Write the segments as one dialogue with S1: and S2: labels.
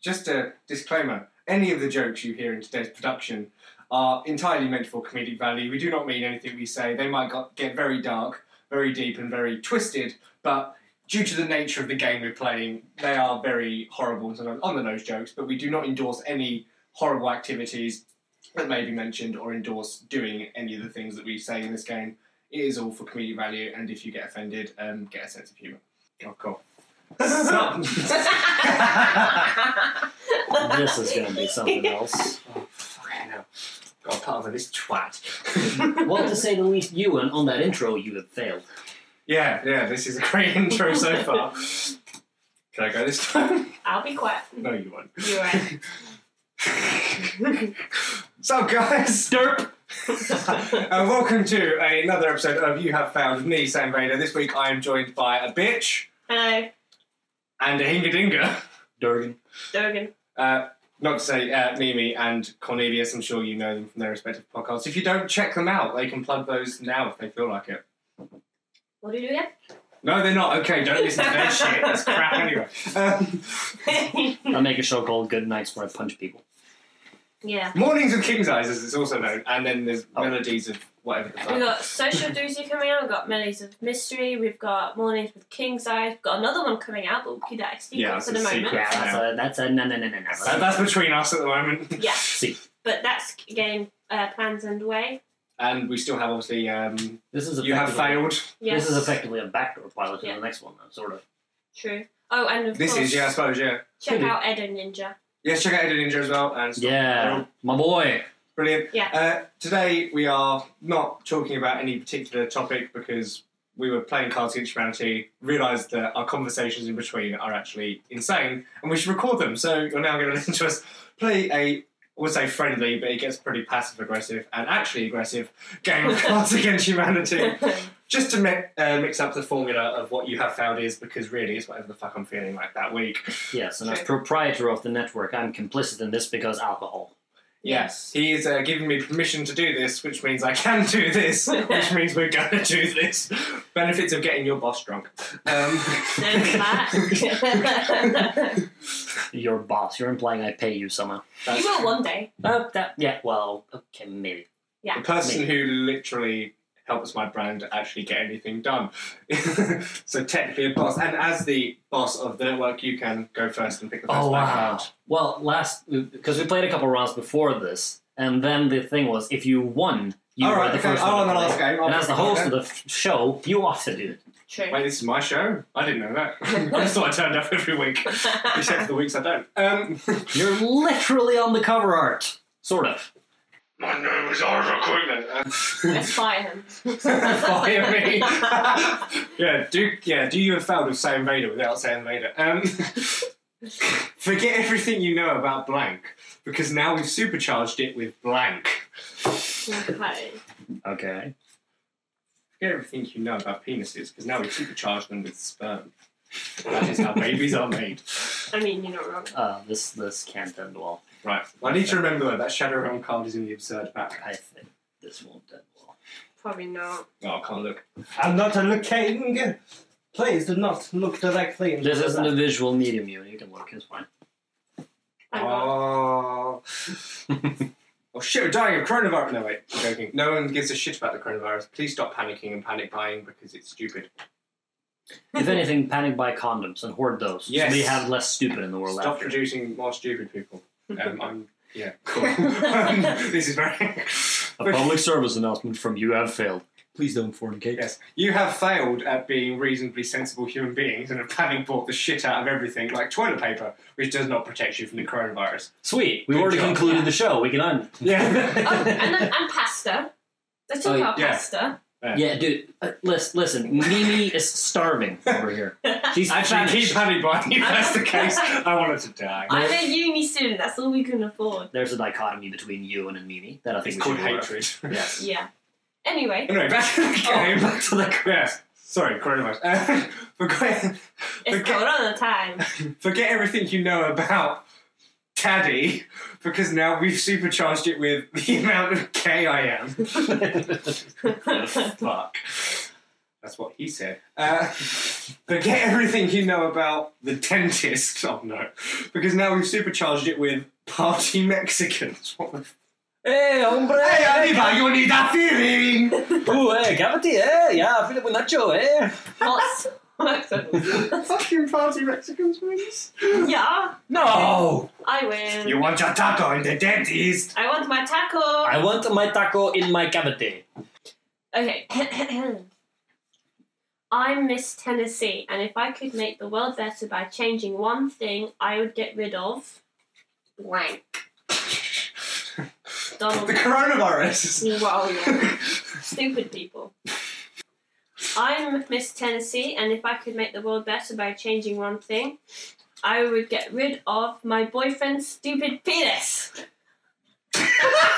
S1: just a disclaimer any of the jokes you hear in today's production are entirely meant for comedic value. We do not mean anything we say. They might got, get very dark, very deep, and very twisted, but due to the nature of the game we're playing, they are very horrible and sometimes on the nose jokes, but we do not endorse any horrible activities that may be mentioned or endorse doing any of the things that we say in this game. It is all for comedic value, and if you get offended, um, get a sense of humour. Oh, cool. So-
S2: this is going to be something else.
S1: Oh, fucking hell. Got part of this twat.
S2: Well, to say the least, Ewan, on that intro, you have failed.
S1: yeah, yeah, this is a great intro so far. Can I go this time?
S3: I'll be quiet.
S1: No, you won't.
S3: You're right.
S1: So, guys, derp. and welcome to another episode of You Have Found Me, Sam Vader. This week I am joined by a bitch
S3: Hello,
S1: and a hinga dinga.
S2: Durgan.
S3: Durgan.
S1: Uh, not to say uh, Mimi and Cornelius, I'm sure you know them from their respective podcasts. If you don't, check them out. They can plug those now if they feel like it.
S3: What do you do
S1: No, they're not. Okay, don't listen to that shit. It's crap anyway. Um,
S3: again?
S2: I make a show called Good Nights where I punch people.
S3: yeah.
S1: Mornings with King's Eyes, as it's also known, and then there's
S2: Oh.
S1: melodies of whatever the fuck.
S3: We've got Social Doozy coming out, we've got Melodies of Mystery, we've got Mornings with King's Eyes, we've got another one coming out, but we'll keep that a secret
S1: Yeah, it's
S3: for the
S1: a
S3: moment.
S1: secret.
S2: Yeah, that's a, that's a no, no, no, no, no.
S1: That- Uh, that's between us at the moment,
S3: Yeah,
S2: See,
S3: but that's again uh, plans underway.
S1: and we still have obviously. Um,
S2: this is
S1: you have
S2: effectively-
S1: failed.
S3: Yeah,
S2: This is effectively a backdoor pilot to
S3: Yeah.
S2: the next one, though, sort of.
S3: true. Oh, and of
S1: This
S3: course,
S1: is yeah, I suppose yeah.
S3: check out Edo Ninja.
S1: Yes, check out Ed and Ninja as well, and it's
S2: Yeah, my boy.
S1: brilliant.
S3: Yeah.
S1: Uh, today we are not talking about any particular topic because we were playing Cards Against Humanity, realised that our conversations in between are actually insane, and we should record them. So you're now going to listen to us play a, I would say friendly, but it gets pretty passive aggressive and actually aggressive game of Cards Against Humanity. Just to mi- uh, mix up the formula of what you have found is, because really it's whatever the fuck I'm feeling like that week.
S2: Yes, and as
S3: Sure.
S2: proprietor of the network, I'm complicit in this because alcohol.
S1: Yes, he is uh, giving me permission to do this, which means I can do this, which means we're going to do this. Benefits of getting your boss drunk. Um,
S3: Sounds bad.
S2: Your boss. You're implying I pay you somehow.
S1: That's-
S3: you will one day.
S2: Oh, that. Yeah. Well. Okay. Maybe.
S1: the person who literally helps my brand actually get anything done. so technically a boss, and as the boss of the network, you can go first and pick the first
S2: Oh
S1: black
S2: wow!
S1: card.
S2: Well, last because we played a couple rounds before this, and then the thing was, if you won, you
S1: All
S2: were
S1: right,
S2: the
S1: okay, Oh,
S2: first
S1: I'll on
S2: one
S1: the
S2: to play.
S1: last game. I'll
S2: And as
S1: pick
S2: the
S1: the
S2: host
S1: last
S2: of the f- show, you have to do it.
S3: True.
S1: Wait, this is my show? I didn't know that. I just thought I turned up every week, except for the weeks I don't. Um,
S2: You're literally on the cover art, sort of.
S1: my name is Art Recruitment. Um,
S3: Let's fire him.
S1: Fire me. yeah, do yeah, do you have failed with Sam Vader without Sam Vader? Um, forget everything you know about blank, because now we've supercharged it with blank.
S3: Okay.
S2: Okay.
S1: Forget everything you know about penises, because now we've supercharged them with sperm. That is how babies are made.
S3: I mean, you're not wrong.
S2: Uh, this this can't end well.
S1: Right. I need to remember that, that Shadow Realm card is in the absurd back.
S2: I think this won't end well.
S3: Probably not.
S1: Oh, I can't look. I'm not looking. Please do not look directly.
S2: This isn't a visual medium, you. You can look. It's fine.
S1: Ah.
S3: I'm
S1: Oh.
S3: not.
S1: oh shit, we're dying of coronavirus. No, wait, I'm joking. No one gives a shit about the coronavirus. Please stop panicking and panic buying because it's stupid.
S2: If anything, panic buy condoms and hoard those.
S1: Yes.
S2: So we have less stupid in the world
S1: stop
S2: after.
S1: producing more stupid people. Um, I'm, yeah, cool. Um, this is very.
S2: A public service announcement from you have failed. Please don't fornicate.
S1: Yes, you have failed at being reasonably sensible human beings and have panic bought the shit out of everything, like toilet paper, which does not protect you from the coronavirus.
S2: Sweet. We've
S1: Good
S2: already
S1: job.
S2: concluded
S3: Yeah.
S2: the show. We can end.
S1: Yeah.
S3: Oh, and, then, and pasta. They took
S2: Oh,
S3: our
S1: yeah.
S3: pasta.
S2: Yeah, dude. Uh, listen, listen. Mimi is starving over here. She's
S1: Actually, keep
S2: famished.
S1: panic buying if that's the case. I wanted to die.
S3: I'm a uni student. That's all we can afford.
S2: There's a dichotomy between you and Mimi that I think
S1: It's
S2: we
S1: called
S2: should work.
S1: hatred.
S2: Yes.
S3: Yeah. Anyway,
S1: Anyway, back to the
S2: Oh,
S1: game.
S2: back to the
S1: Yes. Sorry, coronavirus. Uh, forget,
S3: it's
S1: Okay.
S3: Corona time.
S1: forget everything you know about Caddy, because now we've supercharged it with the amount of K I am.
S2: crap.
S1: Fuck.
S4: That's what he said.
S1: Uh, forget everything you know about the dentist. Oh no, because now we've supercharged it with party Mexicans. What the?
S2: Hey, hombre!
S1: Hey, arriba, you need a feeling.
S2: Ooh, hey, Cavity, eh? Yeah, Philip Nacho, eh?
S3: What's
S1: Fucking party Mexicans, please.
S3: yeah,
S2: No!
S3: I win.
S1: Oh, You want your taco in the dentist?
S3: I want my taco.
S2: I want my taco in my cavity.
S3: Okay. I'm Miss Tennessee, and if I could make the world better by changing one thing, I would get rid of blank. Donald.
S1: The coronavirus.
S3: Wow, yeah. Stupid people. I'm Miss Tennessee, and if I could make the world better by changing one thing, I would get rid of my boyfriend's stupid penis.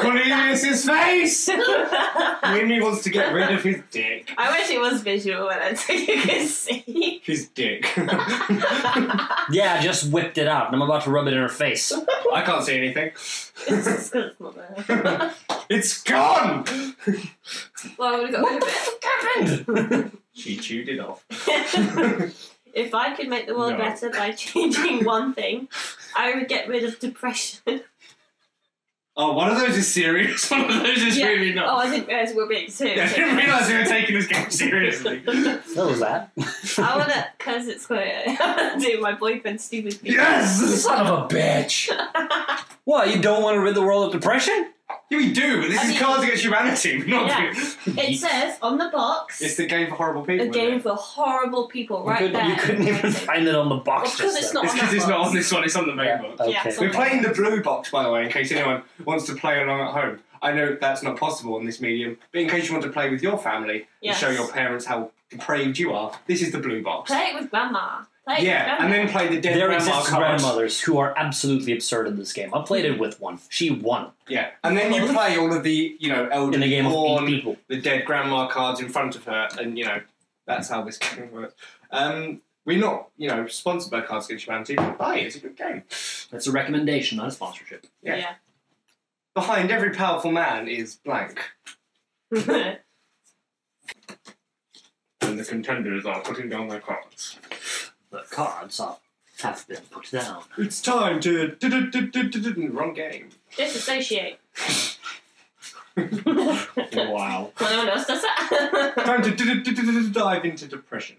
S1: Cornelius's face.
S3: I
S1: Mimi wants to get rid of his dick.
S3: wish it was visual, and so you could see.
S1: His dick.
S5: Yeah, I just whipped it out and I'm about to rub it in her face.
S1: I can't see anything.
S3: It's just 'cause it's not there.
S1: It's gone.
S3: well, we got rid of it.
S1: She chewed it off.
S3: if I could make the world
S1: No.
S3: better by changing one thing, I would get rid of depression.
S1: Oh, one of those is serious. One of those is
S3: Yeah.
S1: really
S3: Oh,
S1: not.
S3: I didn't realise we were being
S1: Yeah, I
S3: serious.
S1: didn't realise we were taking this game seriously.
S5: What was that?
S3: I want to, because it's clear, I want to do my boyfriend's stupid thing.
S1: yes!
S2: Son of a bitch! what, you don't want to rid the world of depression?
S1: Yeah, we do, but this
S3: I
S1: is
S3: mean-
S1: Cards Against Humanity. We're not
S3: Yeah.
S1: doing-
S3: It says on the box,
S1: It's the game for horrible people.
S3: a
S1: isn't
S3: game
S1: it?
S3: for horrible people, right
S5: you, could,
S3: there.
S5: you couldn't even find it on the box.
S3: Of course
S5: just
S3: it's
S5: then.
S3: not
S1: It's
S3: on
S1: because
S3: that
S1: it's not
S3: box.
S1: on this one, it's on the main
S5: Yeah,
S1: box.
S5: okay.
S3: Yeah, it's on
S1: We're playing the blue box, by the way, in case anyone wants to play along at home. I know that's not possible on this medium, but in case you want to play with your family
S3: Yes.
S1: and show your parents how depraved you are, this is the blue box.
S3: Play it with grandma. Play it
S1: yeah,
S3: with grandma.
S1: and then play the dead
S5: There
S1: grandma
S5: exist
S1: cards.
S5: grandmothers who are absolutely absurd in this game. I played it with one. She won
S1: Yeah, and then you play all of the you know elder
S5: in a game
S1: porn,
S5: of E eight people.
S1: the dead grandma cards in front of her, and you know that's how this game works. Um, we're not you know sponsored by Cards Against Humanity, but hey, it's a good game.
S5: That's a recommendation, not a sponsorship.
S1: yeah.
S3: yeah.
S1: Behind every powerful man is blank, and the contenders are putting down their cards.
S5: The cards are, have been put down.
S1: It's time to du-du-du-du-du-du-du- wrong game.
S3: Disassociate.
S1: Wow.
S3: Well, no one else does that.
S1: time to du-du-du-du-du-du- dive into depression.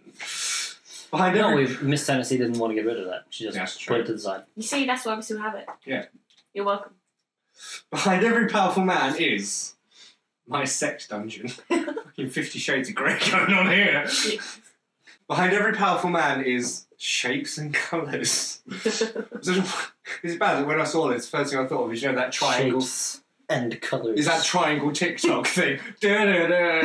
S1: Behind
S5: No,
S1: every
S5: we've, Miss Tennessee didn't want to get rid of that. She just
S1: That's
S5: put
S1: true.
S5: it to the side.
S3: you see, that's why we still have it.
S1: Yeah.
S3: You're welcome.
S1: behind every powerful man is my sex dungeon. Fucking Fifty Shades of Grey going on here. Behind every powerful man is shapes and colours. it's bad that when I saw this, first thing I thought of is you know that triangle.
S5: Shapes and colors.
S1: Is that triangle TikTok thing? Da-da-da.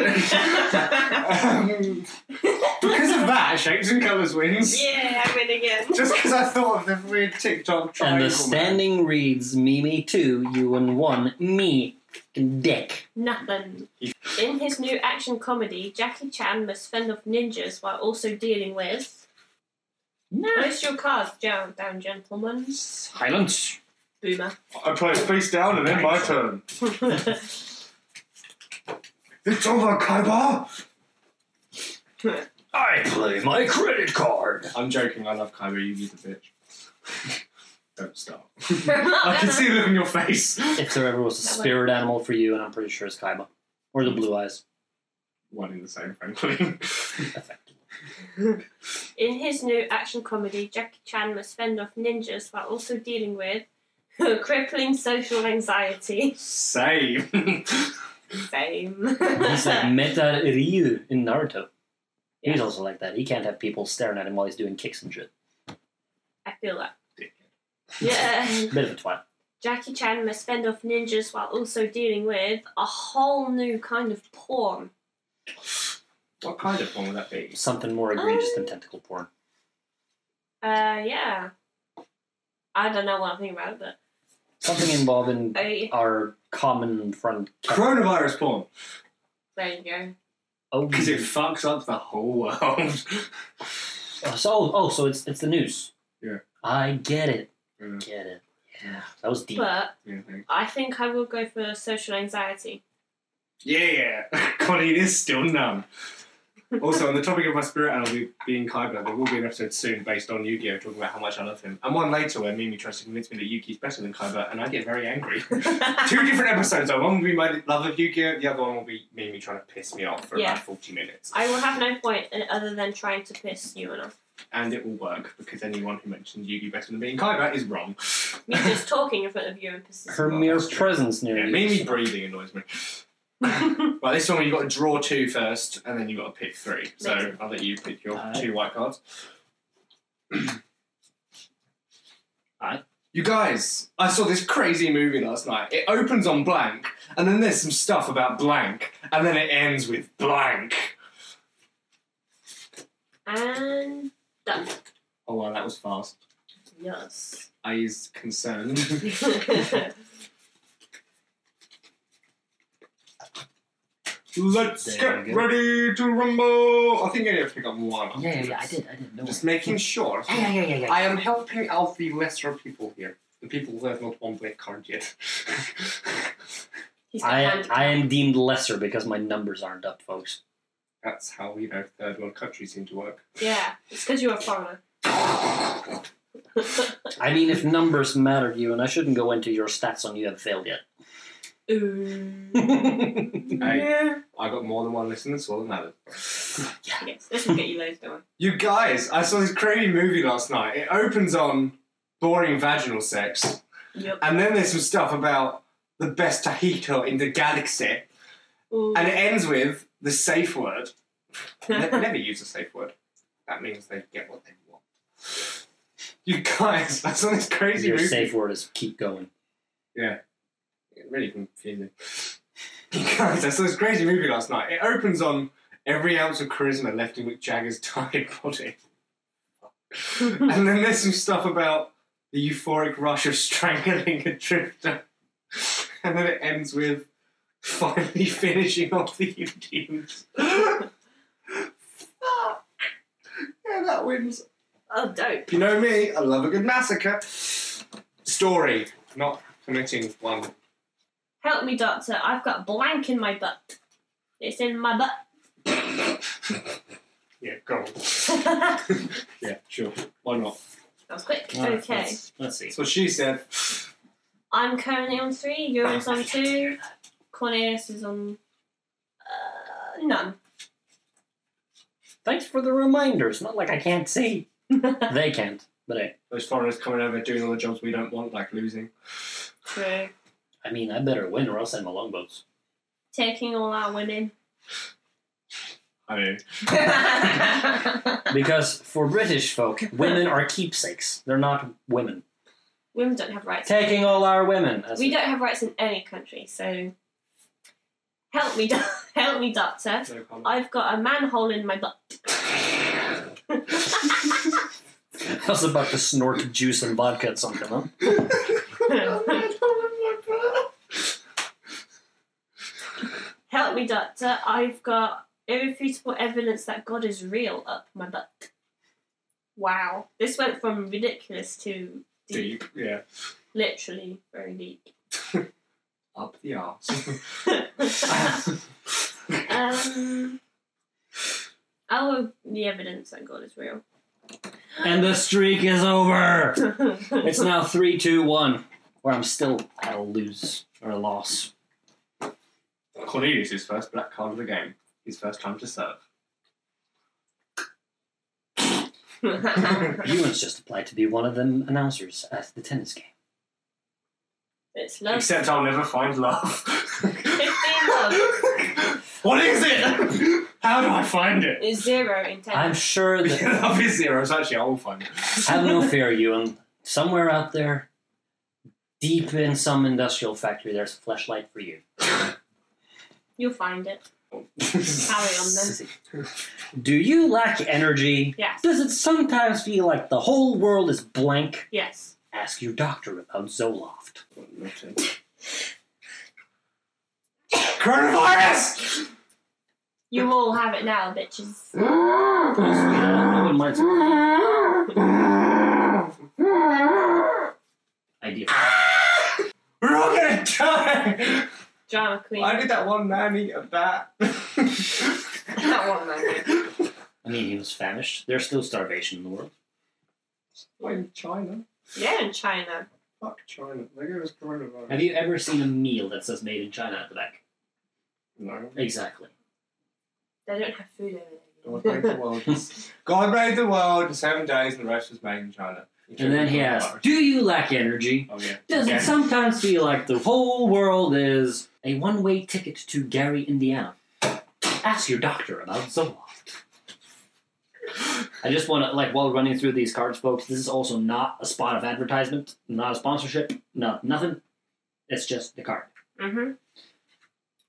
S1: um, because of that, shapes and colours wins.
S3: yeah, I win again.
S1: Just because I thought of the weird TikTok
S5: and
S1: triangle.
S5: the standing reads Mimi two, you and one, me fucking dick.
S3: Nothing. In his new action comedy, Jackie Chan must fend off ninjas while also dealing with. Place your cards down, down, gentlemen.
S5: Silence.
S3: Boomer.
S1: I play face down and then my turn. It's over, Kaiba!
S5: I play my credit card.
S1: I'm joking, I love Kaiba, you be the bitch. Don't stop. I can
S3: That's
S1: see the look on your face.
S5: If there ever was a
S3: That way.
S5: spirit animal for you, and I'm pretty sure it's Kaiba. Or the blue eyes.
S1: One in the same, frankly.
S5: Effectively.
S3: In his new action comedy, Jackie Chan must fend off ninjas while also dealing with crippling social anxiety.
S1: Same.
S3: Same.
S5: He's like Meta Ryu in Naruto. He's
S3: Yeah.
S5: also like that. He can't have people staring at him while he's doing kicks and shit.
S3: I feel that. Yeah.
S5: Bit of a twat.
S3: Jackie Chan must fend off ninjas while also dealing with a whole new kind of porn.
S1: what kind of one would that be?
S5: Something more egregious
S3: Um,
S5: than tentacle porn.
S3: Uh, yeah. I don't know what I'm thinking about, but
S5: Something involving
S3: I,
S5: our common friend.
S1: Coronavirus porn.
S3: there you go.
S5: Oh,
S1: Because it fucks up the whole world.
S5: Oh, so oh, so it's it's the news.
S1: Yeah.
S5: I get it.
S1: Yeah.
S5: Get it. Yeah. That was deep.
S3: But
S1: Yeah, thanks.
S3: I think I will go for social anxiety.
S1: Yeah, Colleen is still numb. also, on the topic of my spirit animal be- being Kaiba, there will be an episode soon based on Yu Gi Oh! talking about how much I love him. And one later where Mimi tries to convince me that Yuki's better than Kaiba, and I get very angry. Two different episodes though. One will be my love of Yu Gi Oh! The other one will be Mimi trying to piss me off for
S3: Yeah.
S1: about 40 minutes.
S3: I will have no point in- other than trying to piss you off.
S1: And it will work because anyone who mentions Yu Gi better than being Kaiba is wrong.
S3: Me just talking in front of you and pisses
S2: Her
S1: Well,
S2: mere
S1: that's true.
S2: presence near
S1: Yeah,
S2: you.
S1: Mimi breathing annoys me.
S3: you.
S1: Well, this one you've got to draw two first, and then you've got to pick three. So
S3: Amazing.
S1: I'll let you pick your
S2: Aye.
S1: two white cards.
S2: Aye.
S1: You guys, I saw this crazy movie last night. It opens on blank, and then there's some stuff about blank, and then it ends with blank.
S3: and done.
S1: Oh wow, that was fast.
S3: Yes.
S1: I is concerned. Let's
S2: There
S1: get
S2: you go.
S1: ready to rumble. I think I need to pick up one.
S2: Yeah, yeah, yeah, I did, I did. No
S1: Just making sure.
S2: Yeah, yeah, yeah, yeah.
S1: I am helping out the lesser people here. The people who have not won their card yet.
S3: He's got
S2: I,
S3: hand-
S2: I am deemed lesser because my numbers aren't up, folks.
S1: That's how we know third world countries seem to work.
S3: Yeah, it's because you're a foreigner.
S2: I mean, if numbers matter to you, and I shouldn't go into your stats on you have failed yet.
S3: Ooh.
S1: Hey. I got more than one listener, that's all that matters.
S3: Yes, this will get you loads, don't
S1: You guys, I saw this crazy movie last night. It opens on boring vaginal sex,
S3: worry. Yep.
S1: and then there's some stuff about the best Tahito in the galaxy,
S3: Ooh.
S1: and it ends with the safe word. Ne- never use a safe word. That means they get what they want. You guys, I saw this crazy
S2: Your
S1: movie.
S2: safe word is keep going.
S1: It really confusing. Guys, I saw this crazy movie last night. It opens on every ounce of charisma left in Mick Jagger's tired body. and then there's some stuff about the euphoric rush of strangling a drifter. And then it ends with finally finishing off the Indians. Fuck. Yeah, that wins.
S3: oh, dope.
S1: You know me, I love a good massacre. Story, not committing one.
S3: Help me, doctor. I've got blank in my butt. It's in my
S1: Yeah, go on.
S3: butt.
S1: Yeah, sure. Why not?
S3: That was quick.
S2: Alright,
S3: okay.
S2: Let's, let's see.
S1: That's what she said.
S3: I'm currently on three, Yuri's on two, Cornelius is on uh, none.
S2: Thanks for the reminder. It's not like I can't see. they can't, but I,
S1: Those foreigners coming over doing all the jobs we don't want, like losing.
S3: True.
S2: I mean, I better win or I'll send my longboats.
S3: Taking all our women.
S1: I mean,
S2: Because for British folk, women are keepsakes. They're not women.
S3: women don't have rights.
S2: Taking all our women. as
S3: we
S2: it-
S3: don't have rights in any country, so help me, doc- help me, doctor.
S1: no comment.
S3: I've got a manhole in my butt.
S2: I was about to snort juice and vodka at something, huh?
S3: help me, doctor. I've got irrefutable evidence that God is real up my butt. Wow. This went from ridiculous to deep.
S1: Deep, yeah.
S3: literally very deep.
S1: Up the arse.
S3: um, our the evidence that God is real.
S2: And the streak is over. It's
S3: it's
S2: now three, two, one. Where I'm still at a lose or a loss.
S1: Cornelius' is first black card of the game. His first time to serve.
S2: Ewan's just applied to be one of them announcers at the tennis game.
S3: it's love.
S1: Except I'll never find love.
S3: Fifteen love
S1: what is it? How do I find it?
S3: is zero in ten.
S2: I'm sure that.
S1: love is zero, so actually I will find it.
S2: Have no fear, Ewan. Somewhere out there, deep in some industrial factory, there's a flashlight for you.
S3: You'll find it. Carry on then.
S2: Do you lack energy?
S3: Yes.
S2: Does it sometimes feel like the whole world is blank?
S3: Yes.
S2: Ask your doctor about Zoloft.
S1: Coronavirus!
S3: You all have it now, bitches.
S2: No one minds it.
S1: We're
S2: Idea.
S1: all gonna die!
S3: drama queen.
S1: Why did that one man eat a bat?
S6: That one man.
S2: I mean, he was famished. There's still starvation in the world.
S1: Blame China.
S3: yeah, in China.
S1: Fuck China. There goes coronavirus.
S2: Have you ever seen a meal that says made in China at the back?
S1: No.
S2: Exactly.
S3: They don't have food over
S1: God
S3: there.
S1: made the world. God made the world in seven days, and the rest was made in China.
S2: And then he asks, Do you lack energy?
S1: Oh yeah.
S2: Does
S1: Yeah.
S2: it sometimes feel like the whole world is a one way ticket to Gary, Indiana? Ask your doctor about Zoloft. I just want to, like, while running through these cards, folks, this is also not a spot of advertisement, not a sponsorship, no, nothing. It's just the card.
S3: mm-hmm.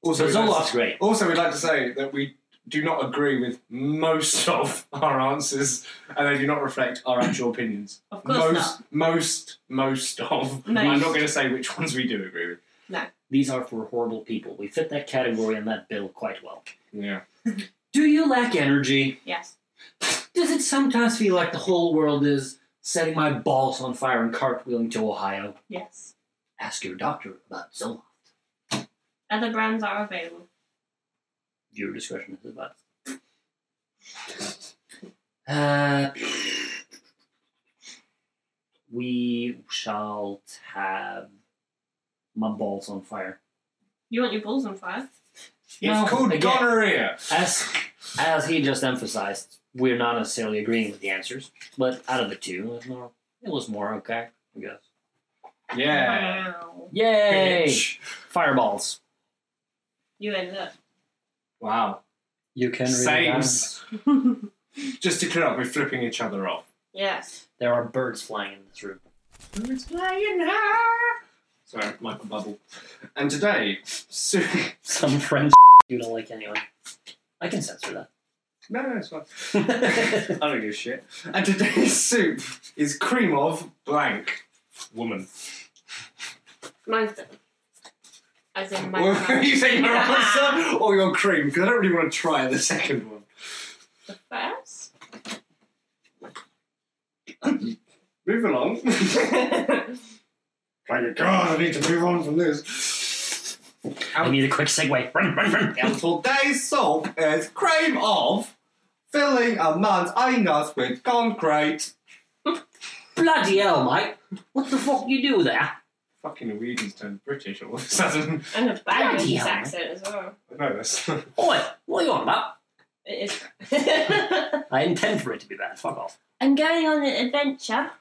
S1: Also,
S2: So
S1: we'd like to-
S2: Zoloft's great.
S1: also, we'd like to say that we do not agree with most of our answers, and they do not reflect our actual opinions.
S3: Of course
S1: Most,
S3: not.
S1: most, most of.
S3: Most.
S1: I'm not going to say which ones we do agree with.
S2: These are for horrible people. We fit that category and that bill quite well.
S1: Yeah.
S2: Do you lack energy?
S3: Yes.
S2: Does it sometimes feel like the whole world is setting my balls on fire and cartwheeling to Ohio?
S3: Yes.
S2: Ask your doctor about Zoloft.
S3: Other brands are available.
S2: Your discretion is advised. Uh, we shall have my balls on fire.
S3: You want your balls on fire?
S1: It's
S2: No,
S1: called
S2: again,
S1: gonorrhea.
S2: As as he just emphasized, we're not necessarily agreeing with the answers, but out of the two, it was more, it was more okay, I guess.
S1: Yeah.
S3: Wow.
S2: Yay!
S1: Bitch.
S2: Fireballs.
S3: You ended up.
S1: Wow.
S2: You can
S1: Sames. Just to clear up, we're flipping each other off.
S3: yes.
S2: There are birds flying in this room.
S1: Who's playing her? Sorry, Michael Bubble. And today, Sue.
S2: Some French you don't like anyway. I can censor
S1: No, no, it's fine.
S2: that.
S1: I don't give a shit. And today's soup is cream of blank woman.
S3: Mine's done. As in Oh my
S1: Well, you say your answer or your cream, because I don't really want to try the second one.
S3: The first?
S1: Move along. Thank God, I need to move on from this.
S2: I need a quick segue. Run, run, run.
S1: And today's soup is cream of filling a man's anus with concrete.
S2: Bloody hell, mate. What the fuck you do there?
S1: Fucking Norwegians turned British all of a sudden.
S3: And a bad
S2: Bloody hell.
S3: accent as well.
S1: I know this.
S2: Oi, what are you on about?
S3: It is.
S2: I intend for it to be bad. Fuck off.
S3: I'm going on an adventure.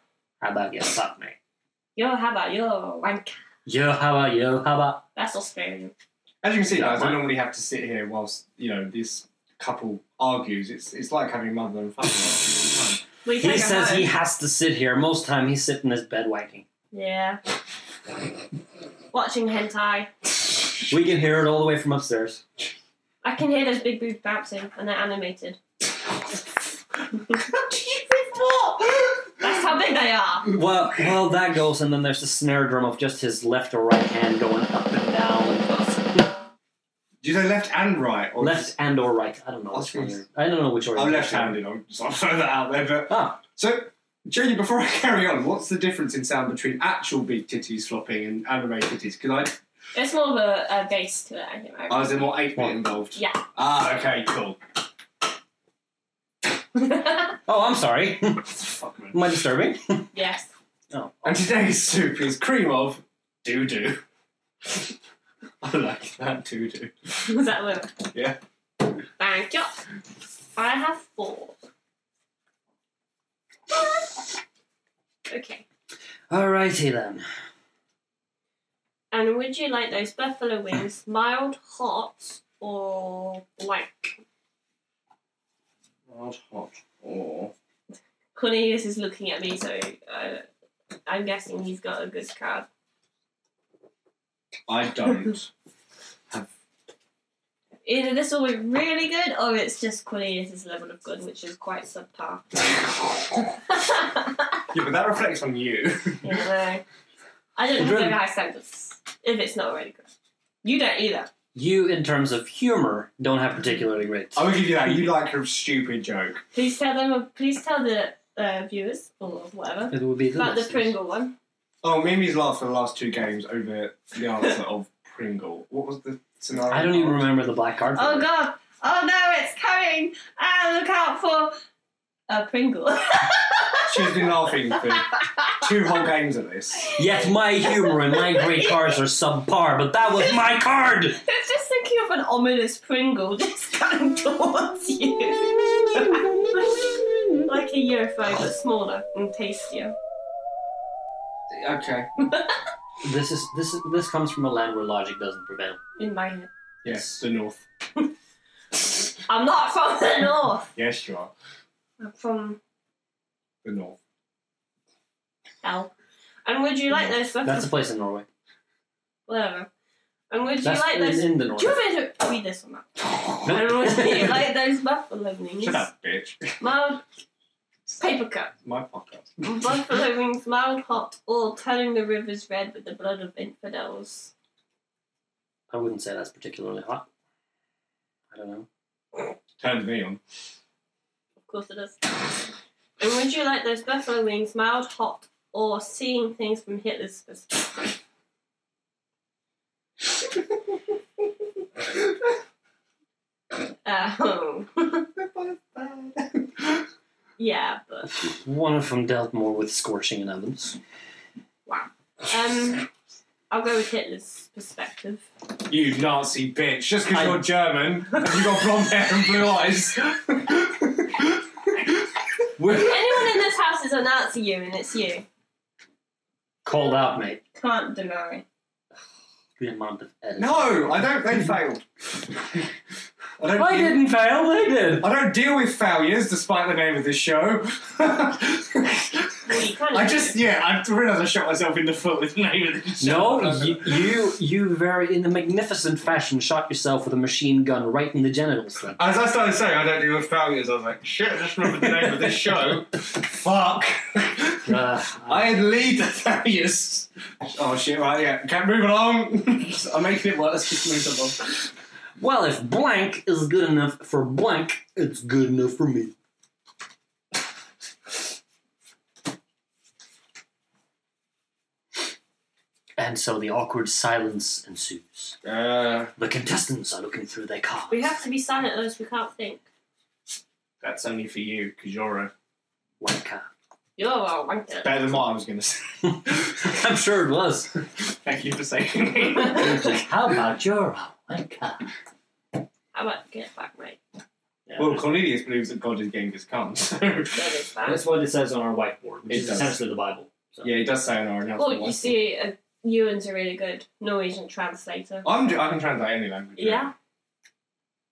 S2: How about you fuck me?
S3: Yo, how about yo, wanker?
S2: Yo, how about yo, how about?
S3: That's Australian.
S1: As you can see, guys, I
S2: Mine-
S1: normally have to sit here whilst you know this couple argues. It's it's like having mother and father arguing
S3: We
S2: He
S3: take her
S2: says
S3: home.
S2: he has to sit here. Most time he's sitting in his bed wanking.
S3: Yeah. Watching hentai.
S2: We can hear it all the way from upstairs.
S3: I can hear those big boobs bouncing and they're animated. That's how big they are.
S2: Well, well, that goes, and then there's the snare drum of just his left or right hand going up and down.
S1: Do you say left and right or
S2: Left
S1: Just,
S2: and or right. I don't know. Which one you're- I don't know which order.
S1: I'm
S2: you're
S1: left-handed. I'm just I'll throw that out there. But
S2: Ah,
S1: so, Julie, before I carry on, what's the difference in sound between actual big titties flopping and anime titties? Because
S3: It's more of a, a bass to it, I think. Right?
S2: Oh,
S1: I, I was in more eight bit
S2: What?
S1: involved.
S3: Yeah.
S1: Ah, okay, cool.
S2: oh, I'm sorry.
S1: Fuck man.
S2: Am I disturbing?
S3: yes.
S1: And today's soup is cream of doo doo. I like that doo doo.
S3: Was that one?
S1: Yeah.
S3: Thank you. I have four. Okay.
S2: Alrighty then.
S3: And would you like those buffalo wings mild, hot, or blank?
S1: Hot, hot, or
S3: Cornelius is looking at me, so uh, I'm guessing he's got a good card.
S1: I don't.
S3: Either this will be really good, or it's just Cornelius' level of good, which is quite subpar.
S1: Yeah, but that reflects on you.
S3: you know, I don't have a high standards if it's not already good. You don't either.
S2: You, in terms of humor, don't have particularly great.
S1: I will give you that. You like a stupid joke.
S3: Please tell them. Please tell the uh, viewers or whatever
S2: It would be the
S3: about the
S2: listeners.
S3: Pringle one.
S1: Oh, Mimi's laughed for the last two games over the answer of Pringle. What was the scenario?
S2: I don't even remember the black card.
S3: Oh
S2: for it.
S3: god! Oh no, it's coming! Ah, look out for a Pringle.
S1: She's been laughing for two whole games at this.
S5: Yes, my humor and my great cards are subpar, but that was my card.
S3: I was just thinking of an ominous Pringle just coming towards you. like a UFO, but smaller and tastier.
S5: Okay.
S2: This is this is this comes from a land where logic doesn't prevail.
S3: In my head.
S1: Yes, the North.
S3: I'm not from the north!
S1: Yes, you are.
S3: I'm from
S1: The North.
S3: hell. And would you like those weapons?
S2: That's a place in Norway.
S3: Whatever. And would you
S2: That's
S3: like
S2: in,
S3: those.
S2: in the
S3: Do you
S2: Norway.
S3: want me to read this one out?
S2: No.
S3: And would you like those buffalo wings?
S1: Shut up, bitch.
S3: Mild paper cup.
S1: My podcast.
S3: Buffalo wings, mild hot oil, turning the rivers red with the blood of infidels.
S2: I wouldn't say that's particularly hot. I don't know.
S1: Turns me on.
S3: Of course it is. And would you like those buffalo wings, mild hot, or seeing things from Hitler's perspective? Um,
S1: They're both bad.
S3: yeah, but
S2: One of them dealt more with scorching and ovens.
S3: um, I'll go with Hitler's perspective.
S1: You Nazi bitch. Just because
S2: I-
S1: you're German and you got blonde hair and blue eyes.
S5: We're,
S3: Anyone in this house is a Nazi, you, and it's you.
S2: Called out, mate.
S3: Can't deny.
S2: The amount of editing.
S1: no, I don't. They failed. I don't.
S5: I
S1: deal-
S5: didn't fail. They did.
S1: I don't deal with failures, despite the name of this show.
S3: Well, you kind of
S1: I just, yeah, I realised I shot myself in the foot with the name of this show.
S2: No, you, you you very in a magnificent fashion shot yourself with a machine gun right in the genitals. Then.
S1: As I started saying, I don't deal with failures. I was like, shit, I just remembered the name of this show. Fuck.
S2: Uh,
S1: I had lead the failures. Oh shit, right, yeah. Can't move along. I'm making it worse. Just move along.
S2: well, if blank is good enough for blank, it's good enough for me. And so the awkward silence ensues.
S1: Uh,
S2: The contestants are looking through their cards.
S3: We have to be silent, otherwise we can't think.
S1: that's only for you, because you're a...
S2: one card.
S3: You're all wanker.
S1: better than what I was going to say.
S2: I'm sure it was.
S1: Thank you for saying me.
S2: How about your one card?
S3: I might get back, mate.
S1: well, Cornelius believes that God is Genghis Khan, so...
S3: That is bad.
S2: That's what it says on our whiteboard,
S1: It
S2: which is
S1: does.
S2: essentially the Bible. So.
S1: Yeah, he does say in our announcement.
S3: Well, you see, uh, Ewan's a really good Norwegian translator.
S1: I'm, I can translate any language.
S3: Yeah.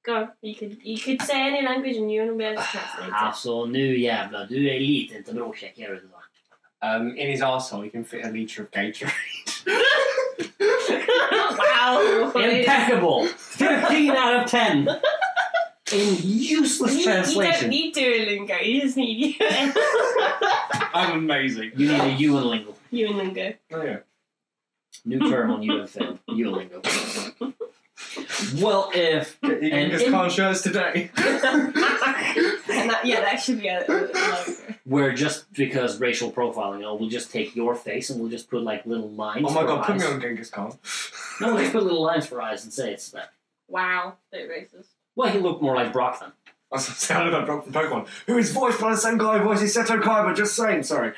S3: Go. You could you could say any language and Ewan will be able to translate it.
S2: Alltså nu jävlar, du är lite inte bråkig. är du inte va?
S1: Um, in his arsehole, he can fit a litre of Gatorade.
S3: wow.
S2: Impeccable! 15 out of 10! In useless
S3: You, you don't
S2: translation.
S3: need Duolingo, you just need Ewan.
S1: I'm amazing.
S2: You need a Eulingo.
S3: Ewan lingo.
S1: Oh, yeah.
S2: New term on UFM. Eulingo. Well, if
S1: You can
S2: And
S1: just
S2: in-
S1: Khan shirts today. Oh
S3: And that, yeah, that should be a, a logo.
S2: we're just because racial profiling, you know, we'll just take your face and we'll just put like little lines.
S1: Oh my
S2: for
S1: god, put
S2: eyes.
S1: me on Genghis Khan.
S2: No, let's put little lines for eyes and say it's that.
S3: Wow. Bit racist.
S2: Well, he looked more like Brock then.
S1: That's the sound of that drop from Pokemon. Who is voiced by the same guy who voices Seto Kaiba, just saying, sorry.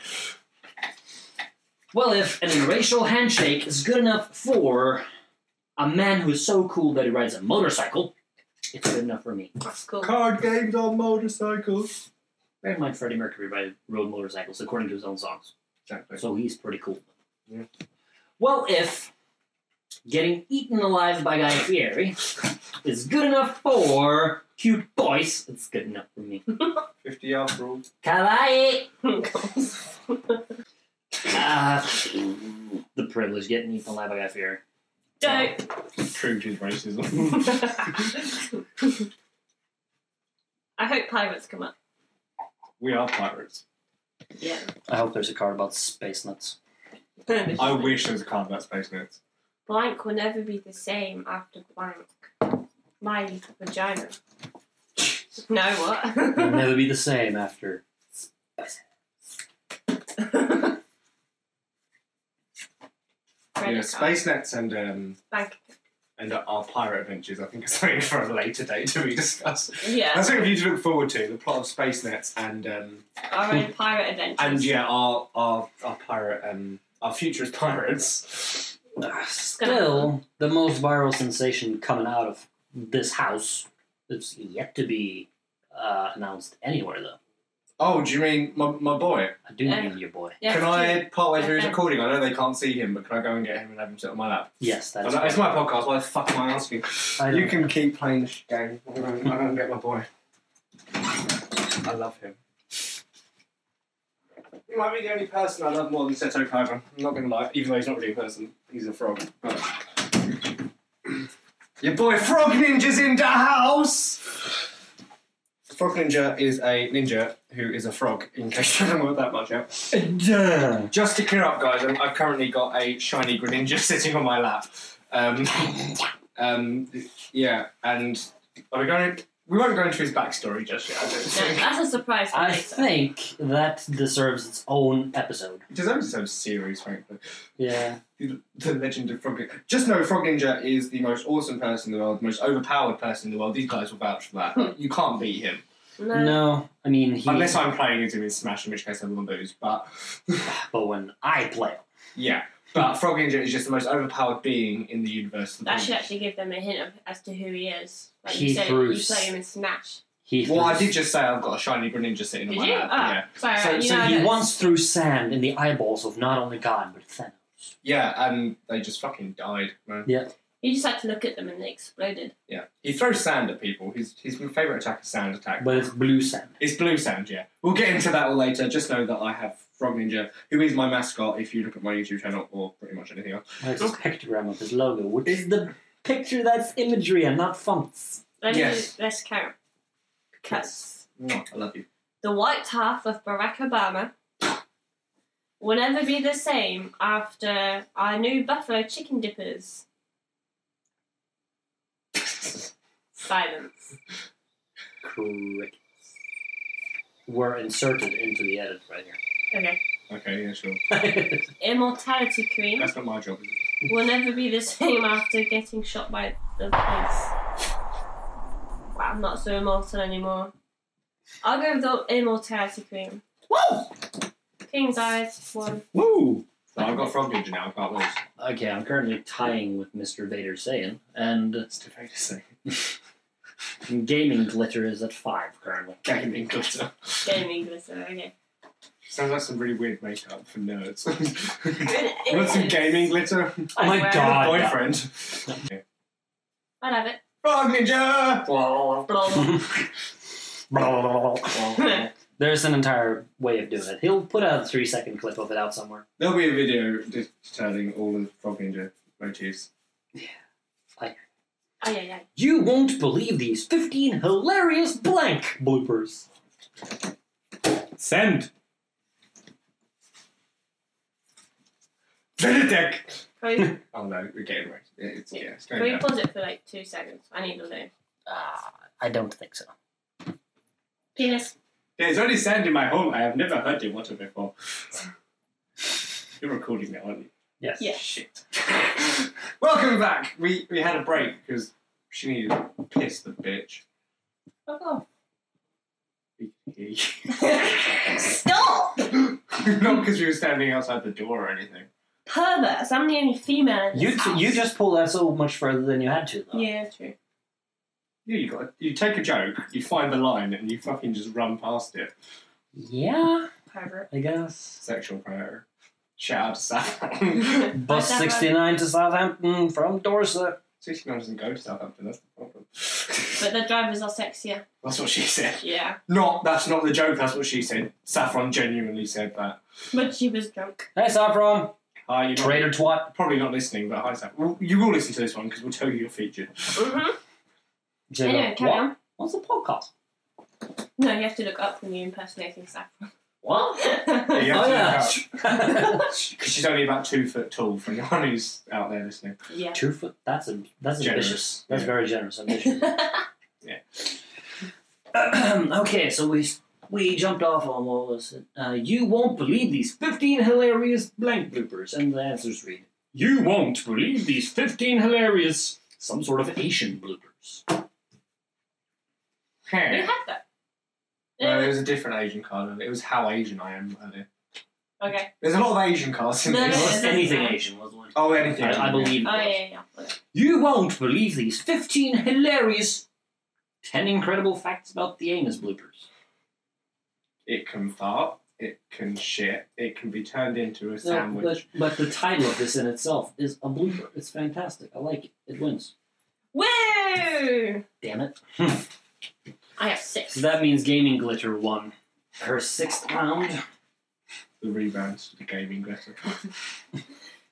S2: Well, if an interracial handshake is good enough for a man who is so cool that he rides a motorcycle, it's good enough for me.
S3: That's cool.
S1: Card games on motorcycles.
S2: Bear in mind, Freddie Mercury ride, rode motorcycles according to his own songs,
S1: Exactly.
S2: so he's pretty cool.
S1: Yeah.
S2: Well, if getting eaten alive by Guy Fieri is good enough for cute boys, it's good enough for me.
S1: 50 after all.
S2: Kawaii!
S3: Don't
S2: Ah, the privilege getting eaten alive by Guy Fieri.
S1: True to his racism.
S3: I hope pirates come up.
S1: we are pirates.
S3: Yeah.
S2: I hope there's a card about space nuts.
S1: I wish there was a card about Space Nuts.
S3: Blank will never be the same after blank. My vagina. No,
S2: It'll
S3: what?
S2: never be the same after.
S3: Very
S1: yeah,
S3: credit card.
S1: Space Nets and um,
S3: Bank.
S1: and our pirate adventures, I think, is something for a later date to be discussed.
S3: Yeah,
S1: That's something for you to look forward to. The plot of Space Nets and um,
S3: our own pirate adventures.
S1: and yeah, our our our pirate um, our future as pirates.
S2: Still, the most viral sensation coming out of this house that's yet to be uh, announced anywhere, though.
S1: Oh, do you mean my, my boy?
S2: I do
S3: Yeah.
S2: mean your boy.
S3: Yeah,
S1: can I part way through his
S3: Okay.
S1: recording? I know they can't see him, but can I go and get him and have him sit on my lap?
S2: Yes,
S1: I
S2: that's
S1: know, uh, it's my podcast. Why the fuck am I asking?
S2: I
S1: You
S2: don't-
S1: can keep playing this game. I'm gonna, I'm gonna get my boy. I love him. He might be the only person I love more than Seto Kaiba. I'm not gonna lie, even though he's not really a person, he's a frog. But- Your boy Frog Ninja's in the house! Frog Ninja is a ninja who is a frog, in case you haven't worked that much out.
S2: Yeah.
S1: Just to clear up, guys, I'm- I've currently got a shiny Greninja sitting on my lap. Um, um, yeah, and are we going? We won't go into his backstory just yet. I don't
S3: No,
S1: think.
S3: that's a surprise. For
S2: I
S3: later.
S2: think that deserves its own episode.
S1: It deserves its own series, frankly.
S2: Yeah.
S1: The, the legend of Frog. Ninja. Just know Frog Ninja is the most awesome person in the world, the most overpowered person in the world. These guys will vouch for that. Like, you can't beat him
S3: No.
S2: No, I mean he.
S1: unless I'm playing as him in Smash, in which case I will lose. But
S2: But when I play,
S1: yeah, but Frog Ninja is just the most overpowered being in the universe.
S3: That should actually give them a hint of, as to who he is. Like
S2: He
S3: you said,
S2: threw
S3: you
S2: s-
S3: play him in Smash.
S2: he.
S1: Well, I
S2: throws-
S1: did just say I've got a shiny Greninja sitting
S3: Did
S1: on my
S3: you?
S1: lap.
S3: Ah,
S1: Yeah.
S3: sorry.
S1: So-
S3: you
S1: so
S3: know I
S2: He
S3: don't-
S2: once threw sand in the eyeballs of not only God but Thanos.
S1: Yeah, and they just fucking died, man.
S3: You just had to look at them and they exploded.
S1: Yeah. He throws sand at people. His his favourite attack is sand attack.
S2: But it's blue sand.
S1: It's blue sand, yeah. We'll get into that all later. Just know that I have Frog Ninja, who is my mascot if you look at my YouTube channel or pretty much anything else.
S2: It's a pictogram of his logo, which is the picture that's imagery and not fonts.
S3: Let's,
S1: Yes.
S3: let's count. Because
S1: Mwah, I love you.
S3: the white half of Barack Obama will never be the same after our new buffalo chicken dippers. Silence.
S2: Correct. Were inserted into the edit right
S3: Okay.
S1: Okay, yeah, sure.
S2: here.
S3: Immortality cream
S1: That's not my job, is it?
S3: will never be the same after getting shot by the police. Wow, I'm not so immortal anymore. I'll go with the immortality cream.
S2: Whoa!
S3: King's eyes, one.
S1: Woo! No, I've got Frog Ninja now, I can't lose.
S2: Okay, I'm currently tying with Mr. Vader Saiyan, and
S1: It's too late to say.
S2: gaming glitter is at five currently.
S1: Gaming glitter.
S3: Gaming glitter, okay.
S1: Sounds like some really weird makeup for nerds.
S3: It
S1: Want some
S3: is.
S1: gaming glitter?
S2: Oh
S3: Well,
S2: my god!
S1: Boyfriend.
S3: I love it.
S1: Frog Ninja!
S3: Blah. Oh,
S2: There's an entire way of doing it. He'll put a three second clip of it out somewhere.
S1: There'll be a video detailing all of Frog Ninja motifs.
S3: Oh, yeah, yeah.
S2: You won't believe these 15 hilarious blank bloopers.
S1: Send! Benedict!
S3: Can we,
S1: Oh no, we're getting right. Yeah, It's, yeah, it's
S3: can
S1: going
S3: we
S1: down.
S3: pause it for like two seconds? I need to know.
S2: Ah, I don't think so.
S3: Penis.
S1: There's only sand in my home. I have never heard the water before. You're recording that, aren't you?
S2: Yes.
S3: Yeah.
S1: Shit. Welcome back! We, we had a break because she needed to piss the bitch.
S3: Fuck off.
S4: Stop!
S1: Not because we were standing outside the door or anything.
S3: Perverts. I'm the only female in this
S2: You
S3: house.
S2: you just pulled that so much further than you had to, though.
S3: Yeah, true.
S1: Yeah, you got. You take a joke, you find the line, and you fucking just run past it.
S2: Yeah,
S3: Pervert.
S2: I guess.
S1: Sexual prayer. Shout out to Southampton.
S2: Bus
S3: But that
S2: 69 to Southampton from Dorset.
S1: Sixty-nine doesn't go to Southampton. That's the problem.
S3: But the drivers are sexier.
S1: that's what she said.
S3: Yeah.
S1: Not. That's not the joke. That's what she said. Saffron genuinely said that.
S3: But she was drunk.
S2: Hey, Saffron.
S1: Hi, you're not-
S2: Traitor twat.
S1: probably not listening, but hi, Saffron. Well, you will listen to this one because we'll tell you your feature.
S3: Mm-hmm.
S2: Said,
S3: Anyway, carry
S2: what?
S3: on.
S2: What's a podcast?
S3: No, you have to look up when you're impersonating Saffron.
S2: What?
S1: You have
S2: oh,
S1: to
S2: yeah.
S1: look Because she's only about two foot tall for anyone who's out there listening.
S3: yeah.
S2: Two foot. That's a, that's
S1: Generous.
S2: ambitious. That's
S1: Yeah.
S2: very generous. Ambitious.
S3: yeah.
S2: okay, so we we jumped off on what was it? Uh, you won't believe these fifteen hilarious blank bloopers, and the answers read: You won't believe these 15 hilarious, some sort of Asian bloopers.
S3: You
S2: Huh.
S3: had that.
S1: No, it was a different Asian card, and it was how Asian I am earlier.
S3: Okay.
S1: There's a lot of Asian cards in
S3: No,
S1: this.
S3: no, no.
S2: Was anything Asian was one.
S1: Oh, anything.
S2: I, I believe it
S3: Oh
S2: was.
S3: yeah, yeah. yeah.
S2: You won't believe these 15 hilarious, 10 incredible facts about the anus bloopers.
S1: It can fart. It can shit. It can be turned into a
S2: No,
S1: sandwich.
S2: but, but the title of this in itself is a blooper. It's fantastic. I like it. It wins.
S3: Woo!
S2: Damn it.
S3: I have six.
S2: Hmm. So that means Gaming Glitter won her sixth round.
S1: the rebounds to the gaming glitter.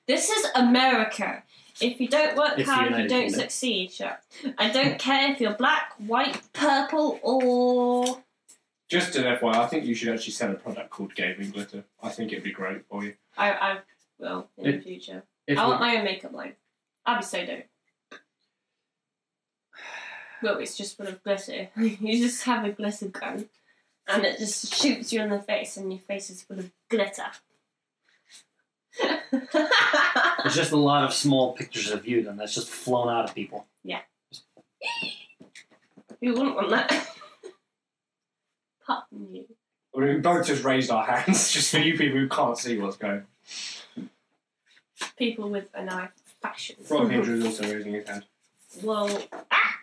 S3: This is America. If you don't work
S2: It's the
S3: hard, you
S2: United
S3: don't
S2: Kingdom.
S3: succeed. Sure. I don't care if you're black, white, purple, or
S1: Just an FYI, I think you should actually sell a product called gaming glitter. I think it'd be great for you.
S3: I, I will in the
S2: If-
S3: future.
S2: If
S3: I
S2: we-
S3: want my own makeup line. I'll be so dope. Well, it's just full of glitter. you just have a glitter gun, and it just shoots you in the face, and your face is full of glitter.
S2: There's just a lot of small pictures of you, then that's just flown out of people.
S3: Who wouldn't want that? Apart from you.
S1: I mean, we both just raised our hands just for you people who can't see what's going.
S3: people with an eye for fashion.
S1: Rob Andrew is also raising his hand.
S3: Well, ah!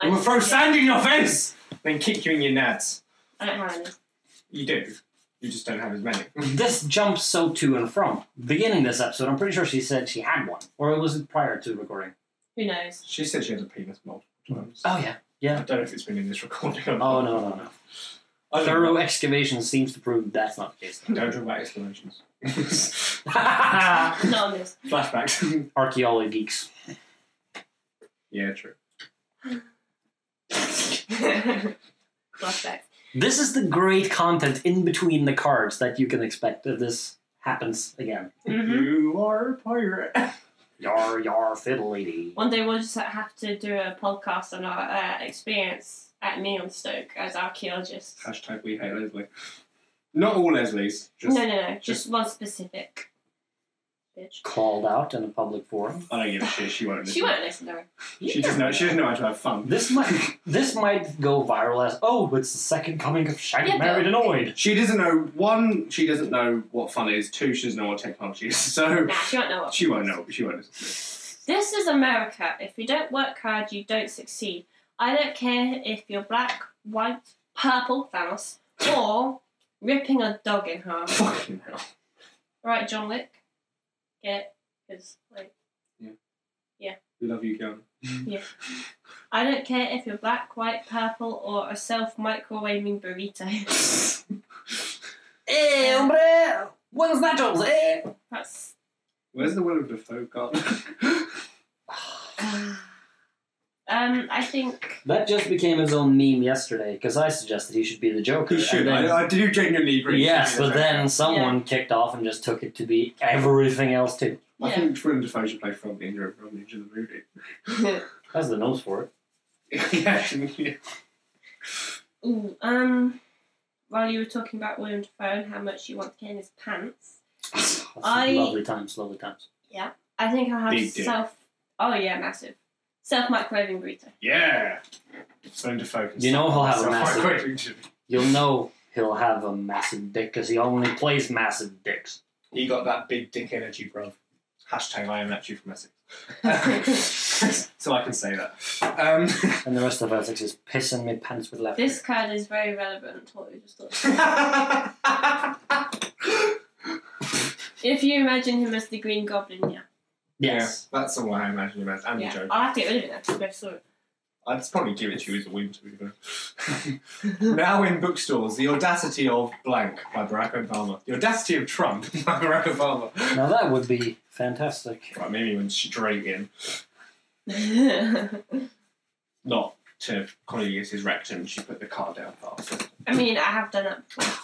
S3: I,
S1: I will throw
S3: yeah,
S1: sand in your face, then kick you in your nads.
S3: I don't have any.
S1: You do. You just don't have as many.
S2: This jumps so to and from. Beginning this episode, I'm pretty sure she said she had one, or it was prior to recording.
S3: Who knows?
S1: She said she had a penis multiple times.
S2: Oh yeah.
S1: I don't know if it's been in this recording. Or
S2: Oh
S1: not.
S2: no no no.
S1: I don't know.
S2: Thorough excavation seems to prove that's not the case.
S1: Don't talk about explanations.
S3: Not on this.
S1: Flashbacks.
S2: Archaeology geeks.
S1: yeah, true.
S3: Flashback.
S2: This is the great content in between the cards that you can expect if this happens again.
S3: hmm
S1: You are a pirate.
S2: Yar yar fiddle lady.
S3: One day we'll just have to do a podcast on our uh, experience at Neonstoke as archaeologists.
S1: Hashtag we hate Leslie. Not all Leslies. Just
S3: no, no, no. Just, one specific. Bitch.
S2: Called out in a public forum.
S1: I don't give a shit. She won't listen.
S3: She won't listen to her.
S1: She just knows. She doesn't know how to have fun.
S2: This might this might go viral as oh, it's the second coming of Shaggy
S3: Yeah, but-
S2: Married Annoyed.
S1: She doesn't know one. She doesn't know what fun is. Two, she doesn't know what technology is. So
S3: Nah, she won't know what.
S1: she won't know. She won't listen. to this.
S3: This is America. If you don't work hard, you don't succeed. I don't care if you're black, white, purple, Thanos, or ripping a dog in half.
S1: Fucking hell.
S3: Right, John Wick? Get it? 'Cause, like,
S1: We love you, Keanu.
S3: I don't care if you're black, white, purple, or a self microwaving burrito.
S2: Eh, hombre, buenos nachos, eh?
S3: That's.
S1: Where's the Willem Dafoe card?
S3: Um, I think.
S2: That just became his own meme yesterday because I suggested he should be the Joker.
S1: he should.
S2: and then-
S1: I, I do genuinely agree.
S2: yes,
S1: He should
S2: but
S1: be the
S2: then someone kicked off and just took it to be everything else too.
S1: Joker. I think Willem Dafoe should play Frog Ninja and Frog Ninja the movie.
S2: Has the nose for it.
S1: yeah, yeah.
S3: Ooh, um, while you were talking about William Defoe and how much you want to get in his pants,
S2: That's
S3: I-
S2: Lovely times, lovely times.
S3: I think I'll have
S1: Big dick.
S3: self. Oh yeah, massive. Self microwaving burrito.
S1: yeah. Willem Dafoe. can
S2: You know he'll have a
S1: stop
S2: massive-
S1: quite quickly.
S2: You'll know he'll have a massive dick because he only plays massive dicks.
S1: He got that big dick energy, bro. Hashtag I am at you from Essex. so I can say that. Um,
S2: And the rest of Essex is pissing me pants with laughter.
S3: This card is very relevant to what we just thought. if you imagine him as the Green Goblin, yeah.
S2: yes.
S1: Yeah, that's all I imagine him as. And the
S3: yeah.
S1: joke.
S3: I'll have to get rid of it after I saw it.
S1: I'd just probably give it to you as a win, to be fair. now in bookstores, The Audacity of Blank by Barack Obama. The Audacity of Trump by Barack Obama.
S2: Now that would be fantastic.
S1: Right, maybe he went straight in. Not to Cornelius's rectum, she put the car down fast.
S3: I mean, I have done that before.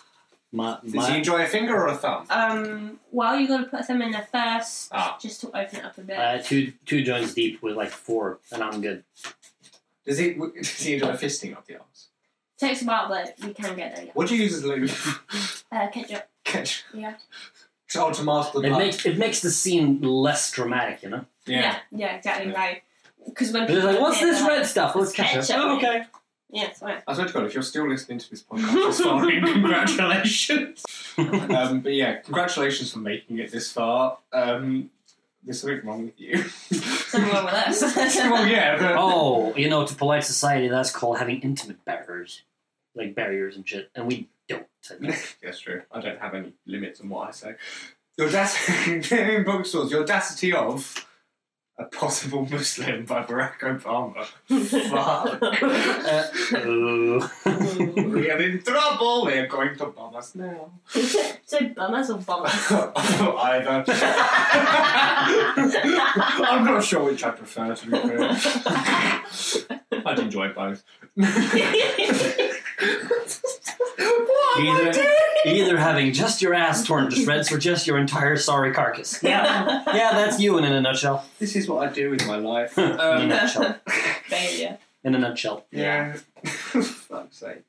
S2: My,
S1: Does he
S2: my,
S1: enjoy a finger or a thumb?
S3: Um, well, you got to put them in there first,
S1: Ah.
S3: just to open it up a bit.
S2: uh, two two joints deep with like four, and I'm good.
S1: Does he, does he enjoy fisting up the arms?
S3: Takes a while, but we can get there.
S1: What do you use as lube?
S3: Yeah. Uh, ketchup.
S1: Catch.
S3: Yeah.
S7: to, oh, to mask the
S2: It
S7: blood.
S2: makes it makes the scene less dramatic, you know.
S7: yeah.
S3: yeah, yeah, exactly right. Because when
S2: But it's
S3: people
S2: like, what's
S3: appear,
S2: this
S3: they're like,
S2: red stuff? Let's catch it.
S3: ketchup.
S2: Oh, okay.
S3: Yeah, it's right.
S7: I swear to God, if you're still listening to this podcast this far, in, congratulations. um, but yeah, congratulations for making it this far. Um, there's something wrong with you.
S3: Something wrong with us.
S7: well, yeah, but
S2: Oh, you know, to polite society, that's called having intimate barriers, like barriers and shit, and we don't. I think.
S7: That's true. I don't have any limits on what I say. The audacity in bookstores, the audacity of a possible Muslim by Barack Obama. Fuck.
S2: Uh, Oh.
S7: we are in trouble. They are going to bomb us now.
S3: so bummers or bummers?
S7: Either. I'm not sure which I prefer to be fair. I'd enjoy both. what am I
S2: Either-
S7: doing?
S2: Either having just your ass torn to shreds or just your entire sorry carcass. Yeah, yeah, that's you in a nutshell.
S7: This is what I do with my life.
S2: in a
S7: Um,
S2: nutshell.
S3: Failure.
S2: In a nutshell.
S7: Yeah. Fuck's sake.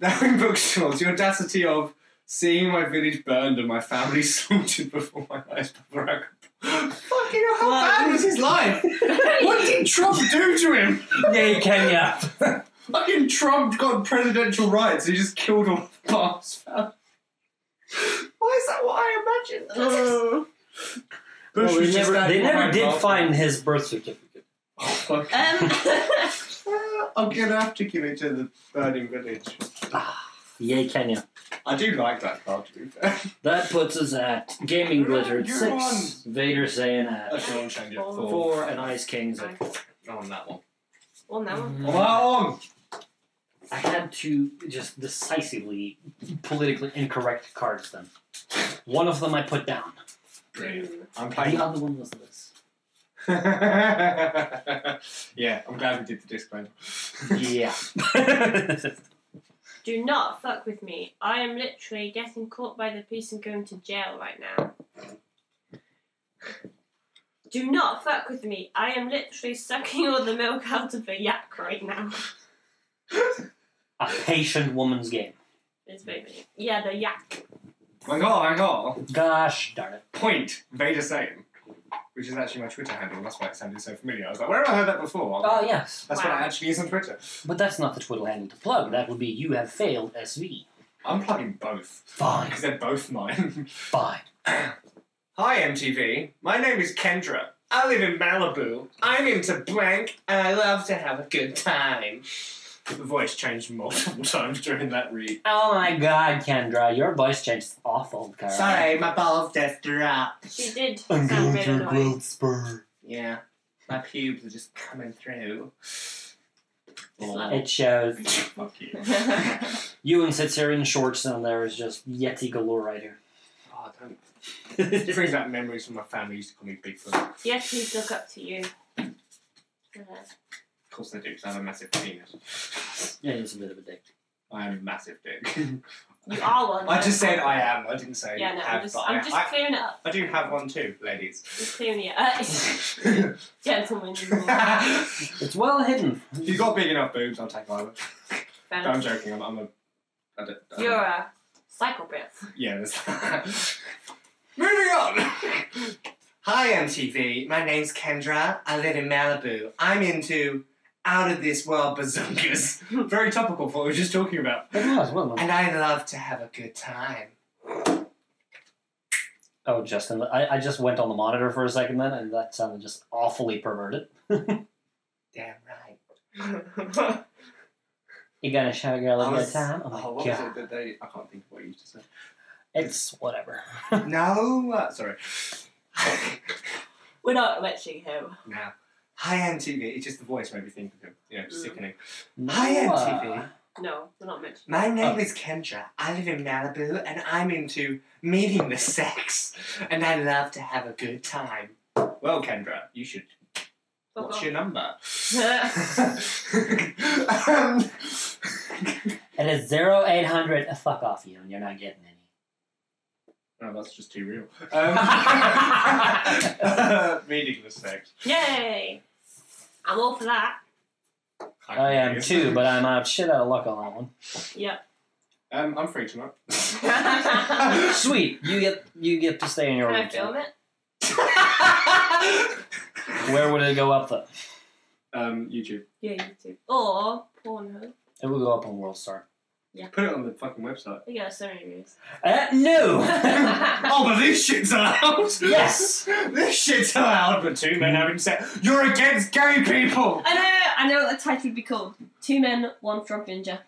S7: Now in bookstores, the audacity of seeing my village burned and my family slaughtered before my eyes by Barack Obama. Fucking hell, how
S3: Well-
S7: bad was his life? what did Trump do to him?
S2: Yay, Kenya!
S7: Fucking Trump got presidential rights. He just killed all the past. Why is that what I imagine?
S3: Oh.
S7: Bush
S2: Uh. Well, they
S7: was just
S2: never,
S7: that
S2: they never
S7: guy
S2: did
S7: Obama.
S2: find his birth certificate.
S7: Oh, fuck.
S3: Um,
S7: Well, I'm gonna have to give it to the burning village.
S2: Yay, Kenya.
S7: I do like that card to be fair.
S2: That puts us at Gaming Glitter at
S7: You're
S2: 6, Vader Saiyan at
S7: That's your one change. it.
S3: Four.
S2: 4, and Ice Kings at
S7: Go on that one.
S3: well, no.
S2: Mm.
S7: On that one.
S2: I had to just decisively politically incorrect cards then. One of them I put down.
S7: I'm playing.
S2: The other one was this.
S7: yeah, I'm glad we did the disclaimer.
S2: Yeah.
S3: Do not fuck with me. I am literally getting caught by the police and going to jail right now. Do not fuck with me. I am literally sucking all the milk out of a yak right now.
S2: A patient woman's game.
S3: It's very funny. Yeah, the yak.
S7: hang on, hang on.
S2: Gosh darn it.
S7: Point Vader Satan, which is actually my Twitter handle. That's why it sounded so familiar. I was like, where have I heard that before?
S2: Oh, yes.
S7: That's what
S3: Wow.
S7: it actually is on Twitter.
S2: But that's not the twiddle handle to plug. That would be you have failed SV.
S7: I'm plugging both
S2: Fine.
S7: because they're both mine.
S2: Fine.
S7: Hi MTV, my name is Kendra. I live in Malibu. I'm into blank, and I love to have a good time. The voice changed multiple times during that read.
S2: Oh my god, Kendra, your voice change is awful, Kendra.
S7: my balls just dropped.
S3: She did sound really annoying.
S2: spur.
S7: Yeah, my pubes are just coming through. Oh.
S2: It shows.
S7: Fuck you.
S2: Ewan sits here in shorts and there is just Yeti galore right here.
S7: Oh, don't. It brings back memories from my family used to call me Bigfoot. Of
S3: yes, we look up to you. Uh,
S7: course they do, because I have a massive penis.
S2: yeah, he's a bit of a dick.
S7: I am a massive dick.
S3: you are one.
S7: I just said I am, I didn't say
S3: Yeah, no,
S7: have,
S3: I'm just,
S7: but
S3: I'm
S7: I,
S3: just
S7: I,
S3: clearing it up.
S7: I do have one too, ladies.
S3: Just clearing it up. Gentlemen.
S7: if
S2: It's well hidden.
S7: you got big enough boobs, I'll take either. No, I'm joking, I'm, I'm a. I don't, I'm,
S3: You're a psychopath.
S7: Yeah, there's that. Moving on! Hi, MTV. My name's Kendra. I live in Malibu. I'm into out of this world bazookas. Very topical for what we were just talking about.
S2: It was, well.
S7: And I love to have a good time.
S2: Oh, Justin, I, I just went on the monitor for a second then, and that sounded just awfully perverted.
S7: Damn right.
S2: You gonna show a girl
S7: I
S2: a good
S7: was-
S2: time? Oh my
S7: what was
S2: god.
S7: it that they. I can't think of what you used to say.
S2: It's whatever.
S7: no! uh, sorry.
S3: We're not lynching him.
S7: now. Hi, MTV. It's just the voice made me think of him. You know,
S3: Mm.
S7: just sickening. Hi,
S2: No, uh,
S7: MTV.
S3: No, we're not mentioning
S7: My name
S2: Oh.
S7: is Kendra. I live in Malibu and I'm into meeting the sex. And I love to have a good time. Well, Kendra, you should.
S3: Fuck
S7: What's
S3: off.
S7: your number? um,
S2: It is 0800. uh, Fuck off, you, and you're not getting any.
S7: no, that's just too real. Um, meeting the sex.
S3: Yay! I'm all for that.
S2: Oh, I am too, but I'm out shit out of luck on that one.
S3: Yep.
S7: Um, I'm free tonight.
S3: Can
S2: Sweet. You get you get to stay in your
S3: I
S2: room.
S3: film it?
S2: Where would it go up though?
S7: um, YouTube.
S3: Yeah, YouTube. Or Pornhub.
S2: It would go up on World Star.
S7: Put it on the fucking website.
S3: I got so many views.
S2: Uh, no.
S7: Oh, but this shit's allowed.
S2: Yes.
S7: this shit's allowed. But two men having sex. You're against gay people.
S3: I know, I know what the title would be called. Two Men, One Drunk Ginger.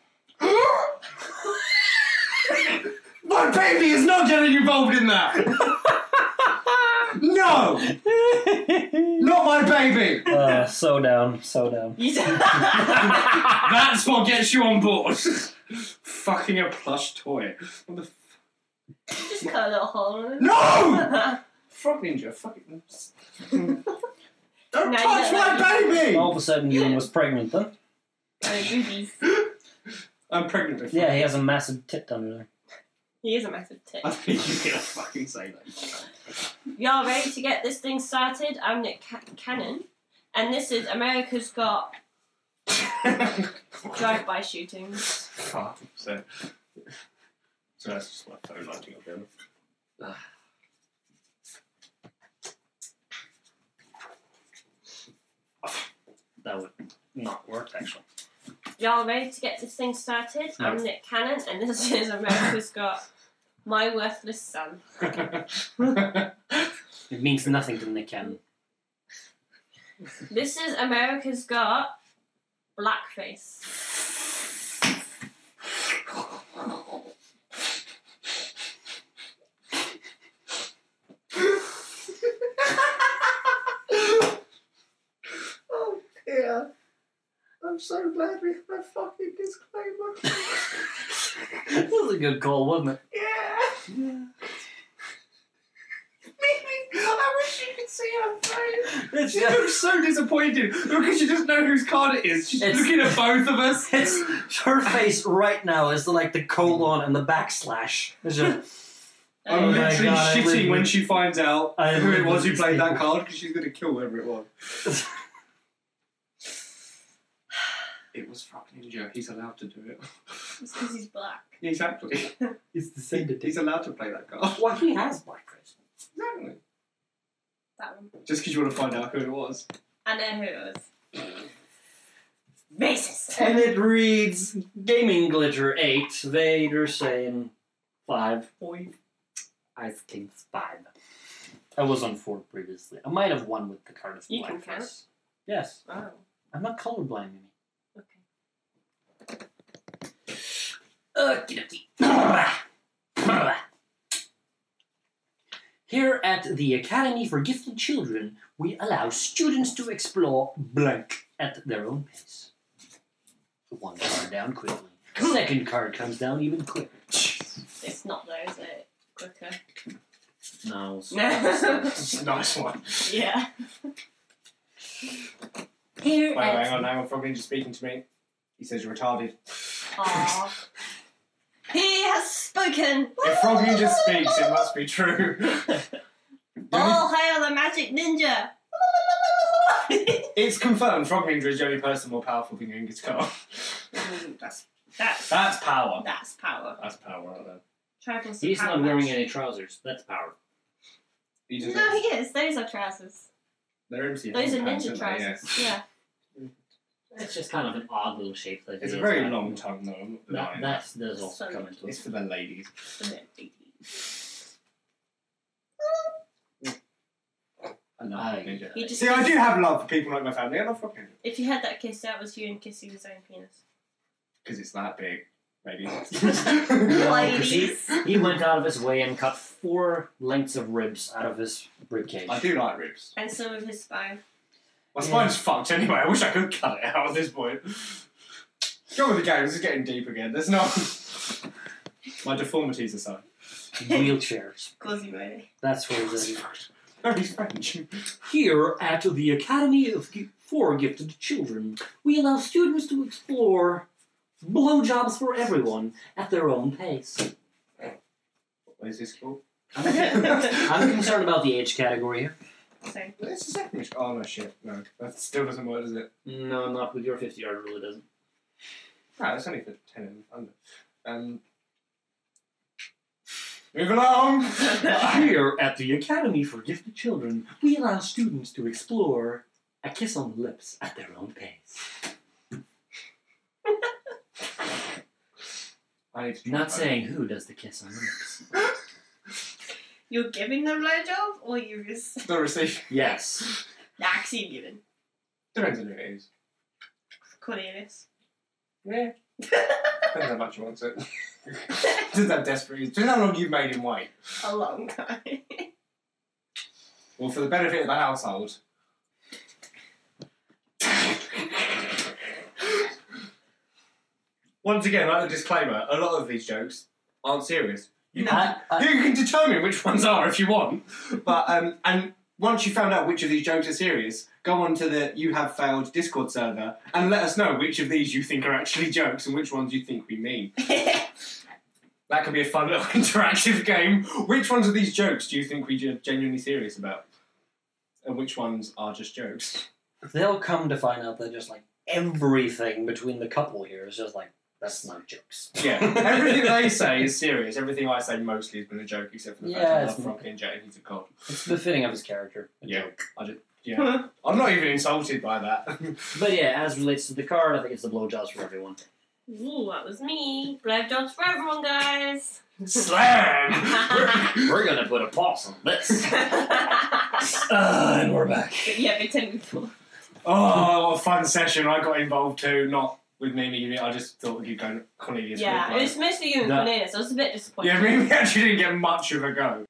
S7: My baby is not getting involved in that. no, not my baby.
S2: uh, so down. So down.
S3: You do
S7: That's what gets you on board. fucking a plush toy. What the f-
S3: just cut a little hole in it.
S7: no?
S3: now
S7: Frog ninja. Fucking. Don't
S3: No, you
S7: touch
S3: don't
S7: my baby.
S2: All of a sudden, Ewan was pregnant then.
S3: boobies.
S7: I'm pregnant. with
S2: Yeah, he has a massive tit under there.
S3: He is a massive tit.
S7: I think you're gonna fucking say that.
S3: Y'all ready to get this thing started? I'm Nick Ca- Cannon, and this is America's Got Drive-By Shootings.
S7: Fuck. So, so that's just my phone lighting up again.
S2: That would not work actually.
S3: Y'all ready to get this thing started?
S2: No.
S3: I'm Nick Cannon, and this is America's Got My Worthless Son.
S2: It means nothing to Nick Cannon.
S3: This is America's Got Blackface.
S7: oh dear. I'm so glad we have a fucking disclaimer.
S2: That was a good call, wasn't
S7: Yeah. Mimi, I wish you could see her face.
S2: it? It's
S7: She
S2: just,
S7: looks so disappointed because she doesn't know whose card it is. She's
S2: It's-
S7: looking at both of us.
S2: it's her face right now is the, like the colon and the backslash. It's just,
S7: I'm
S2: Oh
S3: Um,
S2: my
S7: literally
S2: God, I
S7: shitting
S2: live
S7: when
S2: with-
S7: she finds out
S2: I
S7: who it
S2: live
S7: was
S2: with
S7: who
S2: these
S7: played that
S2: people.
S7: card because she's going to kill whoever it was. It was Frog Ninja. He's allowed to do it.
S3: It's because he's black.
S7: Exactly.
S2: it's the same
S7: He's allowed to play that card.
S2: Well, he has blackface.
S7: Exactly.
S3: That one.
S7: Just because you want to find out who it was.
S3: I know who it was. Racist.
S2: And it reads Gaming Glitter 8, Vader saying 5, Ice King 5. I was on 4 previously. I might have won with the card of
S3: You can
S2: blackface.
S3: count.
S2: Yes.
S3: Oh,
S2: I'm not colorblind, Mimi.
S3: okay.
S2: Here at the Academy for Gifted Children, we allow students to explore blank at their own pace. One card down quickly. Second card comes down even quicker.
S3: It's not though, is it? Quicker.
S2: No.
S7: nice one.
S3: Yeah.
S2: Here
S7: Wait,
S2: at
S7: hang on, hang on. Frog Ninja's speaking to me. He says you're retarded.
S3: Aw. He has spoken.
S7: If Frog Ninja speaks, it must be true.
S3: All hail the magic ninja.
S7: It's confirmed Frog Ninja is the only person more powerful than Genghis Khan.
S3: that's, that's
S7: That's power.
S3: that's power.
S7: That's power right there.
S3: Tribals
S2: He's
S3: are power
S2: not wearing
S3: match.
S2: any trousers. That's power.
S7: He
S3: No,
S7: deserves-
S3: he is. Those are trousers.
S7: They're MC.
S3: Those are
S7: pants,
S3: ninja
S7: aren't they? Yeah.
S3: trousers. Yeah.
S2: It's just kind of an odd little shape. Like it
S7: It's a
S2: is
S7: very
S2: not-
S7: long tongue, though. I'm not
S2: That,
S7: denying that.
S2: that does also
S3: Sorry.
S2: come into
S7: It's
S2: it.
S7: for the ladies. I love
S2: Aye.
S7: Ninja.
S3: He just
S7: See, I do have love for people like my family. I love Frog Ninja.
S3: If you had that kiss, that was you and kissing his own penis.
S7: Because it's that big, maybe.
S2: No, 'cause he- He went out of his way and cut four lengths of ribs out of his rib cage.
S7: I do like ribs.
S3: And some of his spine.
S7: My
S2: Yeah.
S7: spine's fucked anyway. I wish I could cut it out at this point. Go with the game. This is getting deep again. There's no. My deformities aside.
S2: Wheelchairs.
S3: Quasimodo.
S2: That's where it is.
S7: No, he's French.
S2: Here at the Academy of Gi- for Gifted Children, we allow students to explore blowjobs for everyone at their own pace.
S7: What is this called?
S2: I'm, I'm concerned about the age category here.
S3: So,
S7: This is secondary school. Oh no, shit. No, that still doesn't work, does it?
S2: No, not with your 50 yard rule, it doesn't.
S7: No, it's only for ten and under. Um, Move along.
S1: Here at the Academy for Gifted Children, we allow students to explore a kiss on the lips at their own pace.
S7: I need to
S2: Not saying who does the kiss on the lips.
S8: You're giving the blowjob, or you just
S7: the receipt.
S1: Yes.
S8: actually giving
S7: Depends on who it is.
S8: Cornelius?
S7: Yeah. Depends how much you want it. Depends how desperate he is. Depends how long you've made him wait.
S8: A long time.
S7: Well, for the benefit of the household. Once again, like the disclaimer, a lot of these jokes aren't serious. You,
S1: I- I-
S7: you can determine which ones are if you want, but um, and once you found out which of these jokes are serious, go on to the "You Have Failed" Discord server and let us know which of these you think are actually jokes and which ones you think we mean. That could be a fun little interactive game. Which ones of these jokes do you think we are genuinely serious about? And which ones are just jokes?
S1: they'll come to find out that just like everything between the couple here is just like, that's not jokes.
S7: Yeah, everything they say is serious. Everything I say mostly has been a joke, except for the
S1: Yeah,
S7: fact I
S1: it's-
S7: love Frank and Jet and he's a cop.
S1: It's befitting of his character. a
S7: Yeah.
S1: joke.
S7: Yeah. I'm not even insulted by that.
S2: But yeah, as relates to the card, I think it's the blowjobs for everyone.
S3: Ooh, that was me. Brave jobs for everyone, guys.
S7: Slam!
S2: We're gonna put a pause on this.
S8: but
S1: Ah, and we're back.
S8: yeah, pretend we thought.
S7: oh, what a fun session. I got involved too, not with Mimi unit. I just thought you'd go Cornelius.
S3: yeah,
S7: Wicklow.
S3: it was mostly you and
S1: That-
S3: Cornelius. I was a bit disappointed.
S7: yeah, Mimi actually didn't get much of a go.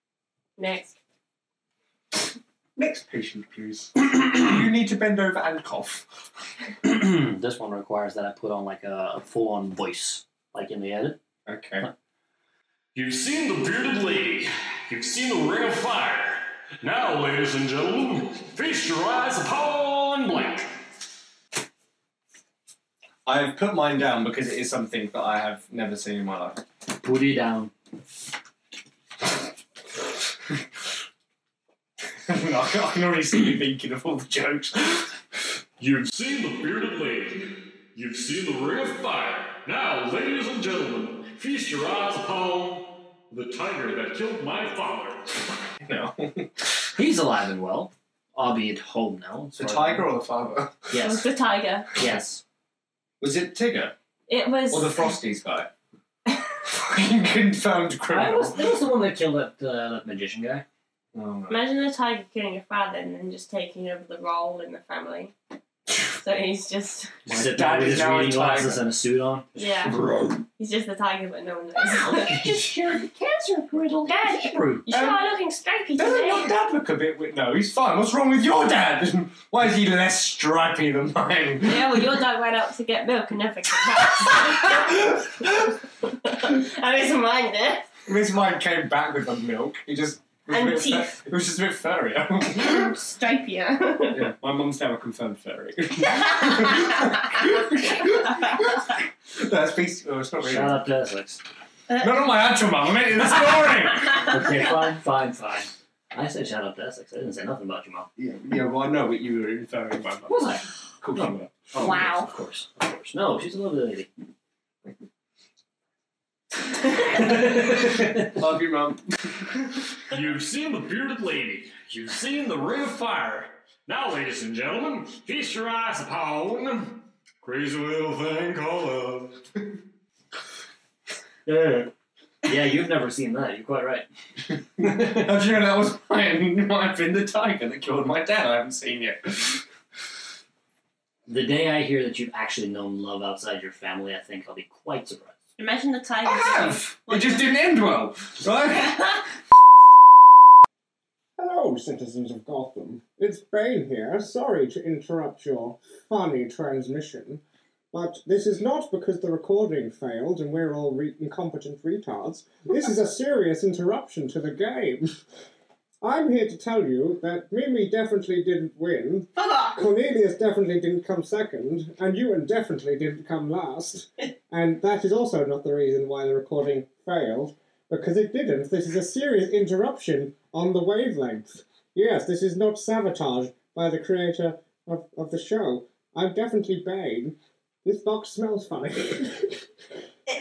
S3: Next.
S7: Next patient, please. you need to bend over and cough.
S1: this one requires that I put on like a, a full on voice, like in the edit.
S7: Okay.
S9: You've seen the bearded lady. You've seen the ring of fire. Now, ladies and gentlemen, feast your eyes upon blank.
S7: I have put mine down because it is something that I have never seen in my life.
S2: Put it down.
S7: I can I can already see you thinking of all the jokes.
S9: You've seen the bearded lady. You've seen the ring of fire. Now, ladies and gentlemen, feast your eyes upon the tiger that killed my father.
S7: No.
S2: He's alive and well, albeit home now. as
S7: The
S2: far as I
S7: tiger or the father?
S2: know.
S3: It was
S2: Yes,
S3: the tiger.
S2: yes.
S7: Was it Tigger?
S3: It was.
S7: Or the Frosties guy? Fucking confirmed
S2: I
S7: criminal.
S2: was, that was the one that killed that, uh, that magician guy.
S7: Oh, no.
S3: Imagine a tiger killing your father and then just taking over the role in the family. So he's just,
S7: My
S2: Sitting
S7: dad
S2: there with
S7: is
S2: his
S7: now a
S2: reading glasses
S7: tiger.
S2: and a suit on.
S3: yeah, he's just the tiger, but no one knows.
S1: you just cured the cancer riddle.
S3: Dad,
S1: Hebrew.
S3: you
S7: Um,
S3: sure are looking stripy
S7: Doesn't
S3: today.
S7: your dad look a bit... wi- No, he's fine. What's wrong with your dad? Why is he less stripy than mine?
S3: Yeah, well, your dog went out to get milk and never came back. I was reminded.
S7: This mine came back with the milk. He just... was a
S3: And
S7: bit fur-
S3: teeth.
S7: It was just a bit furrier.
S3: eh?
S8: Stripier.
S7: Yeah, my mum's now a confirmed furry. That's piece. Oh, it's not really.
S2: Shout out to Essex.
S7: Not on my actual mum. I meant in the story.
S2: Okay, fine, fine, fine. I said shout out to Essex. I didn't say nothing about your mom.
S7: yeah, yeah. Well, I know what you were inferring by mum.
S2: Was I?
S7: Cool.
S2: No.
S7: mum.
S2: Oh,
S8: Wow.
S2: Of course, of course. No, she's a lovely lady.
S7: Love you, mum.
S9: You've seen the bearded lady. You've seen the ring of fire. Now, ladies and gentlemen, feast your eyes upon crazy little thing called love.
S2: Yeah. Yeah, you've never seen that. You're quite right.
S7: How do you know that was mine? Might have been the tiger that killed my dad. I haven't seen yet.
S2: The day I hear that you've actually known love outside your family, I think I'll be quite surprised.
S3: Imagine the tiger.
S7: I have. It just didn't end well, right?
S10: Hello, citizens of Gotham. It's Bane here. Sorry to interrupt your funny transmission, but this is not because the recording failed and we're all re- incompetent retards. This is a serious interruption to the game. I'm here to tell you that Mimi definitely didn't win,
S8: Fuck off.
S10: Cornelius definitely didn't come second, and you and definitely didn't come last. And that is also not the reason why the recording failed, because it didn't. This is a serious interruption on the wavelength. Yes, this is not sabotage by the creator of, of the show. I'm definitely Bane. This box smells funny.
S4: it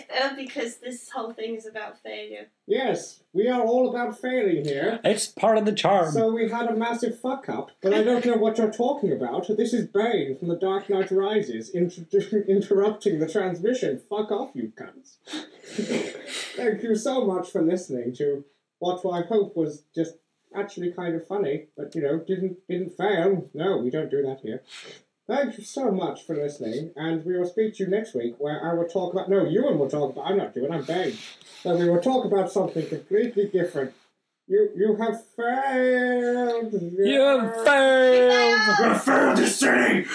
S4: failed because this whole thing is about failure.
S7: Yes, we are all about failing here.
S11: It's part of the charm.
S7: So we had a massive fuck up, but I don't know what you're talking about. This is Bane from The Dark Knight Rises inter- interrupting the transmission. Fuck off, you cunts. Thank you so much for listening to what I hope was just actually kind of funny, but you know, didn't didn't fail. No, we don't do that here. Thank you so much for listening, and we will speak to you next week where I will talk about. No, Ewan will talk about. I'm not doing. I'm Bane. So we will talk about something completely different. You you have failed.
S11: You have failed.
S1: I failed this city!